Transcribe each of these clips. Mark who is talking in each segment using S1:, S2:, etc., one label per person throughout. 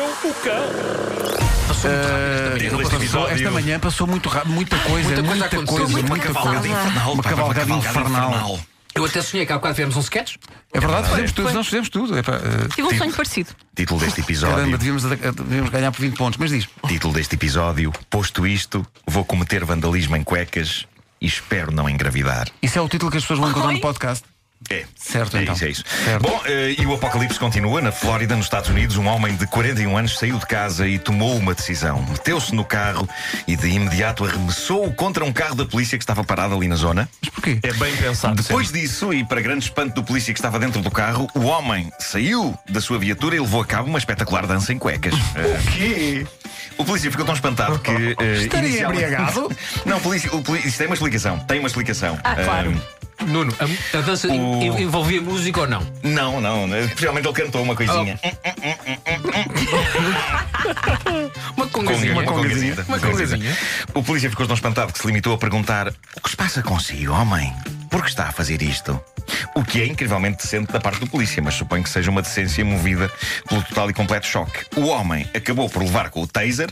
S1: Cão.
S2: Passou muito rápido esta manhã.
S3: Ele
S2: não
S3: passou-
S2: passou?
S3: esta manhã passou muito rápido, muita coisa, muita,
S2: aconteceu,
S3: coisa,
S2: uma
S3: muita
S2: cavalgada
S3: coisa.
S2: infernal.
S3: Uma
S2: pá,
S3: cavalgada infernal.
S2: Eu até sonhei que há bocado tivemos um sketch.
S3: É verdade, fizemos tudo, nós fizemos tudo. É pá, eh,
S4: Tive um sonho parecido.
S5: Título deste episódio.
S3: caramba, devíamos, ataca- devíamos ganhar por 20 pontos, mas diz.
S5: Título deste episódio. Posto isto, vou cometer vandalismo em cuecas e espero não engravidar.
S3: Isso é o título que as pessoas vão encontrar
S4: Oi?
S3: no podcast.
S5: É.
S3: Certo,
S5: é
S3: então.
S5: Isso, é isso.
S3: Certo.
S5: Bom, eh, e o apocalipse continua. Na Flórida, nos Estados Unidos, um homem de 41 anos saiu de casa e tomou uma decisão. Meteu-se no carro e de imediato arremessou-o contra um carro da polícia que estava parado ali na zona.
S3: Mas porquê?
S1: É bem pensado.
S5: Depois disso, e para grande espanto do polícia que estava dentro do carro, o homem saiu da sua viatura e levou a cabo uma espetacular dança em cuecas. o quê? O polícia ficou tão espantado que. eh,
S3: Estaria
S5: inicialmente-
S3: embriagado?
S5: Não, polícia, o polícia, isto tem uma explicação. Tem uma explicação.
S4: Ah, claro.
S2: Nuno, a, a dança
S5: O-
S2: en- envolvia música ou não?
S5: Ah, não, não. né? Realmente ele cantou uma coisinha.
S2: Uma
S5: Conga,
S2: congazinha.
S5: uma congazinha.
S2: Uma congazinha.
S5: O polícia ficou tão espantado que se limitou a perguntar: O que se passa consigo, homem? Por que está a fazer isto? O que é incrivelmente decente da parte do polícia, mas suponho que seja uma decência movida pelo total e completo choque. O homem acabou por levar com o taser.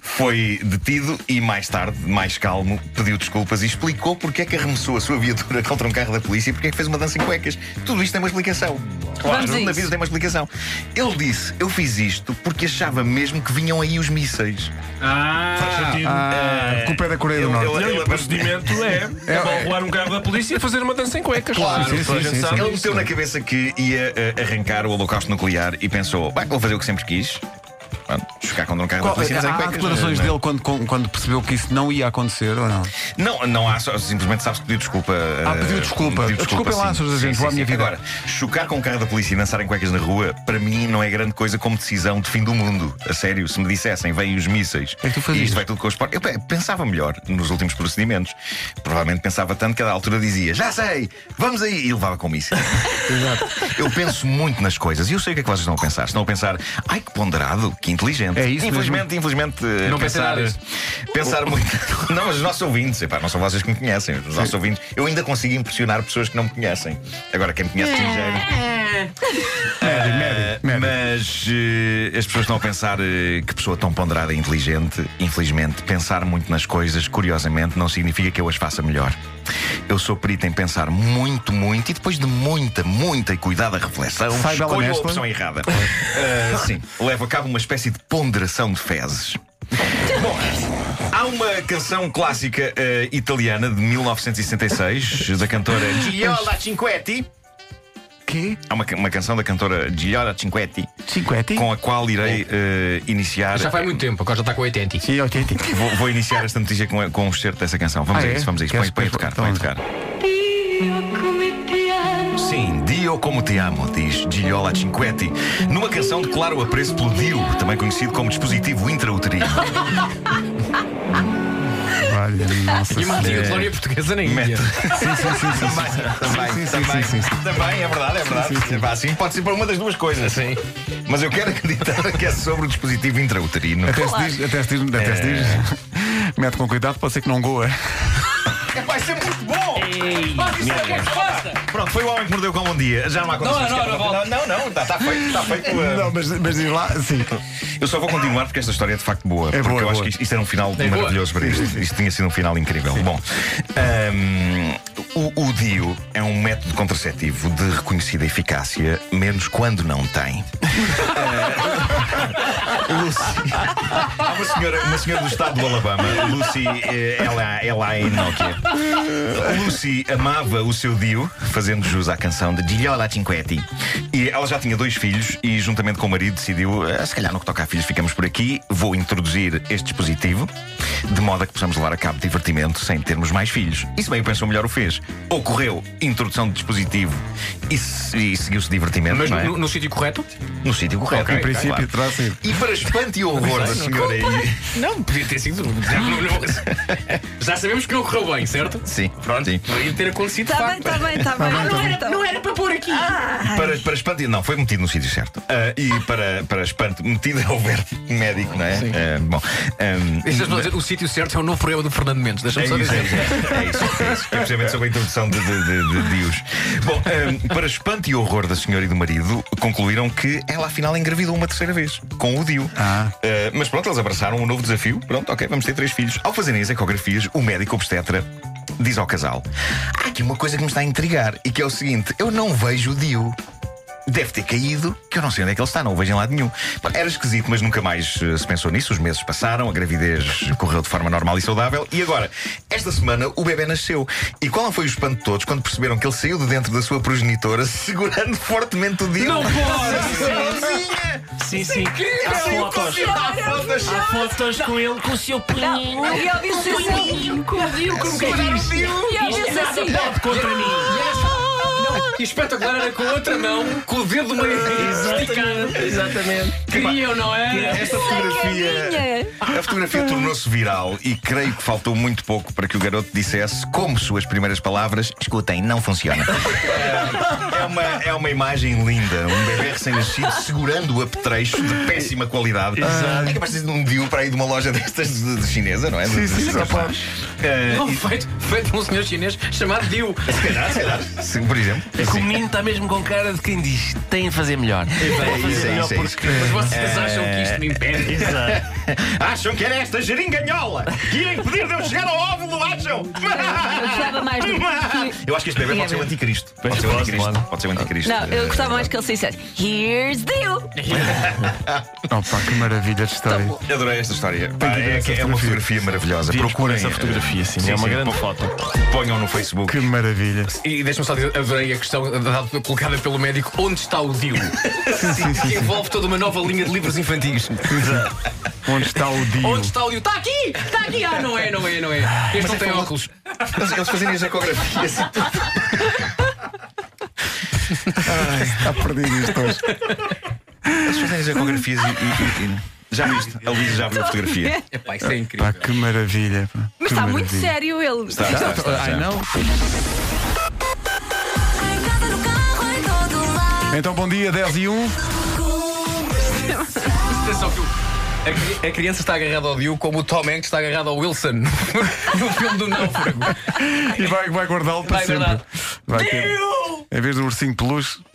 S5: Foi detido e mais tarde, mais calmo, pediu desculpas e explicou porque é que arremessou a sua viatura contra um carro da polícia e porque é que fez uma dança em cuecas. Tudo isto tem uma explicação. Claro,
S4: Vamos a
S5: tudo na
S4: isso.
S5: vida tem uma explicação. Ele disse: Eu fiz isto porque achava mesmo que vinham aí os mísseis.
S1: Ah,
S3: Ah, com o pé da Coreia do
S5: eu-
S3: Norte.
S5: eu-
S1: Não, e o procedimento é, é
S3: é-
S1: rolar um carro da polícia e fazer uma dança em cuecas.
S3: Claro,
S1: Toda
S3: sim,
S1: a
S3: sim,
S1: gente
S3: sim,
S1: sabe
S5: Ele
S1: isso.
S5: meteu na cabeça que ia eh, arrancar o holocausto nuclear e pensou: bem, vou fazer o que sempre quis. Pronto, chocar contra um carro da
S3: Qual- é
S5: polícia. mas em
S3: há
S5: cuecas,
S3: declarações
S5: eh,
S3: dele quando, com- quando percebeu que isso não ia acontecer ou não?
S5: Não, não há, só, simplesmente sabes que pediu desculpa.
S3: Ah,
S5: eh,
S3: pediu desculpa. Desculpem lá,
S5: sim.
S3: senhores agentes,
S5: Sim,
S3: vou à
S5: sim,
S3: minha
S5: sim.
S3: vida.
S5: Agora, chocar com o carro da polícia e dançar em cuecas na rua, para mim não é grande coisa como decisão de fim do mundo. A sério, se me dissessem, vêm os mísseis.
S3: É que tu fazias?
S5: e isto vai tudo com os porcos. Eu pe- pensava melhor nos últimos procedimentos. Provavelmente pensava tanto que a da altura dizia: já sei, vamos aí, e levava com mísseis. Eu penso muito nas coisas e eu sei o que é que vocês estão a pensar. Estão a pensar, ai que ponderado, que inteligente.
S3: É isso mesmo.
S5: infelizmente, infelizmente, eh,
S2: Não pensei
S5: pensar,
S2: nada disso.
S5: É. pensar muito. Não, mas os nossos ouvintes, epá, não são vocês que me conhecem, os nossos ouvintes. Eu ainda consigo impressionar pessoas que não me conhecem. Agora, quem me conhece
S4: É.
S5: de género. Ah, Mas eh, as pessoas estão a pensar eh, que pessoa tão ponderada e inteligente, infelizmente, pensar muito nas coisas, curiosamente, não significa que eu as faça melhor. Eu sou perito em pensar muito, muito e depois de muita, muita e cuidada reflexão,
S3: Sai bela
S5: escolho a
S3: mescla.
S5: opção errada. Ah, sim, levo a cabo uma espécie de ponderação de fezes. Há uma canção clássica eh, italiana de 1966 da cantora Giola Cinquetti.
S3: Quê?
S5: Há uma, ca- uma canção da cantora Giola Cinquetti
S3: Cinquetti? Oh.
S5: com a qual irei eh, iniciar.
S2: Já faz muito tempo, agora já está com 80.
S3: Sim, é 80.
S5: Vou, vou iniciar esta notícia com, com um excerto dessa canção. Vamos
S3: Ah,
S5: a
S3: é?
S5: isso, vamos a isso.
S3: Queres-
S5: Põe, põe a tocar,
S3: queres-
S5: põe a
S3: então
S5: tocar. Sim, Dio como te amo, diz Giola Cinquetti, numa canção de claro apreço pelo Dio, também conhecido como dispositivo intrauterino.
S3: Olha, nossa
S2: E uma antiga
S3: senhora.
S2: colónia portuguesa na Índia.
S5: Mete-
S3: Sim, sim, sim, sim, sim.
S5: Também,
S3: Sim, sim,
S5: também,
S3: sim, sim, sim.
S5: também, é verdade, é verdade. Pá, Assim pode ser para uma das duas coisas.
S2: Sim.
S5: Mas eu quero acreditar que é sobre o dispositivo intrauterino.
S3: Até se diz, até se diz, até se diz. Mete com cuidado, pode ser que não goa.
S5: É, Vai ser muito bom! Pronto, foi o homem que mordeu com um dia. Já não há condições.
S2: Não, não,
S5: que-
S2: não, volta.
S5: não, não, está tá feito, está feito. uh,
S3: Não, mas, mas diz lá, sim.
S5: Eu só vou continuar porque esta história é de facto boa.
S3: É
S5: porque
S3: boa,
S5: eu
S3: é
S5: acho
S3: boa.
S5: que isto, isto era um final
S2: É
S5: maravilhoso para isto. Isto tinha sido um final incrível. Bom, ahm, o, o DIU é um método contraceptivo de reconhecida eficácia, menos quando não tem. Eh, Lucy. Há uma senhora, uma senhora do estado do Alabama, Lucy, eh, ela, ela é Nokia. Lucy amava o seu Dio, fazendo jus à canção de Giliola Cinquetti. E ela já tinha dois filhos e, juntamente com o marido, decidiu: "Ah, se calhar no que toca a filhos ficamos por aqui, vou introduzir este dispositivo, de modo a que possamos levar a cabo divertimento sem termos mais filhos. E se bem o pensou, melhor o fez. Ocorreu introdução de dispositivo e, se- e seguiu-se divertimento.
S2: Mas
S5: não é?
S2: no, no sítio correto?
S5: No sítio correto.
S2: Ok,
S5: em
S2: ok,
S5: princípio,
S3: claro. terá sido.
S5: E para espanto e horror da senhora aí.
S2: Não, podia ter sido. Já, não- não- já sabemos que não correu bem, certo?
S5: Sim, pronto. Sim.
S2: Podia ter acontecido. de
S4: Está bem,
S2: facto.
S4: está bem, está bem.
S3: bem, tá bem.
S4: era, não era para pôr aqui.
S5: Para, para espanto, não, foi metido no sítio certo. Ah, e para, para espanto, metido é o verbo médico, não é? Ah, bom. ahm,
S2: Deixa-me só dizer, o sítio certo é o novo programa do Fernando Mendes.
S5: é
S2: Deixa-me
S5: isso,
S2: só
S5: é isso, é
S2: dizer.
S5: isso, é isso, é isso. É precisamente sobre a introdução de, de, de, de Dios. Bom, ah, ahm, para espanto e horror da senhora e do marido, concluíram que ela afinal engravidou uma terceira vez, com o Dio. Brasil. Eh, mas pronto, eles abraçaram um novo desafio. Pronto, ok, vamos ter três filhos. Ao fazerem as ecografias, o médico obstetra diz ao casal: Há aqui uma coisa que me está a intrigar e que é o seguinte: eu não vejo o Dio. Deve ter caído, que eu não sei onde é que ele está, não o vejo em lado nenhum. Bom, Era esquisito, mas nunca mais eh, se pensou nisso. Os meses passaram, a gravidez correu de forma normal e saudável. E agora, esta semana, o bebê nasceu. E qual foi o espanto de todos quando perceberam que ele saiu de dentro da sua progenitora, segurando fortemente o Dio?
S1: Não pode!
S5: Sozinha!
S1: Sim, sim. Há
S5: Sim,
S1: fotos.
S5: com- há fotos.
S1: Há fotos com ele com o seu punhinho.
S4: E ele disse assim.
S1: Como que é isto?
S4: E ele disse assim. "Oh,
S1: Isto pode contra mim.
S2: E espetacular era com a outra mão, com o dedo meio esticado.
S1: Exatamente.
S2: Queriam, não é?
S5: Esta fotografia.
S4: Carinha.
S5: A fotografia tornou-se viral e creio que faltou muito pouco para que o garoto dissesse, como suas primeiras palavras, escutem, não funciona. É uma, é uma imagem linda, um bebê recém-nascido segurando o apetrecho de péssima qualidade. É capaz de ser um deal para ir de uma loja destas de, de chinesa, não é?
S3: Sim,
S5: De-
S3: sim,
S5: de-
S3: só
S5: sei lá.
S3: pode.
S5: Eh,
S2: Não, feito, feito por um senhor chinês chamado Diu.
S5: se calhar, se calhar, sim, por exemplo.
S6: É que o menino está mesmo com cara de quem diz: tem de fazer melhor.
S5: É isso, é isso, é isso.
S2: Mas vocês acham que isto me impede?
S6: Exato.
S5: Acham que era esta geringanhola que ia impedir de eu chegar ao óvulo, acham?
S4: Eu gostava mais do que.
S5: Eu acho que é. este bebê pode ser o anticristo. Pode ser o anticristo. Pode ser o anticristo.
S4: Não, eu gostava mais que ele dissesse Here's Dio!
S3: Opa, que maravilha de história.
S2: Tá
S5: Eu adorei esta história. Pá,
S3: que ver
S5: é,
S3: essa
S5: é
S3: fotografia.
S5: uma fotografia maravilhosa.
S6: Devíamos pôr
S5: Procurem
S6: essa
S5: eh,
S6: fotografia, sim,
S5: sim,
S6: é uma
S5: sim,
S6: grande
S5: pô-
S6: foto.
S5: Ponham no Facebook.
S3: Que maravilha.
S2: E deixa-me só dizer, adorei a questão dada- colocada pelo médico: onde está o Dio? Que envolve toda uma nova linha de livros infantis.
S3: Onde está o Dio?
S2: Onde está o Dio? Está Tá aqui! Está aqui! Ah, não é, não é, não é. Este não tem óculos.
S5: Eles, eles fazem as ecografias.
S3: Está perdido isto hoje.
S5: Eles fazem as ecografias e. e- e- e- Já viste? A Luísa já viu a fotografia.
S2: Epá, isso é incrível.
S3: Pá, que maravilha. pá.
S4: Mas
S3: Que
S2: tá
S4: está muito
S3: maravilha.
S4: sério ele.
S5: Está, está, está, está.
S3: Ai, não.
S7: Em casa, no carro, em todo lado.
S3: Então, bom dia, 10 e 1.
S2: Atenção que o- a cri- A criança está agarrada ao Dio como o Tom Hanks está agarrado ao Wilson no filme do Náufrago.
S3: E vai, vai guardá-lo para
S2: Vai
S3: sempre.
S2: guardar.
S3: Vai ter. Em vez do ursinho de peluche. Bom.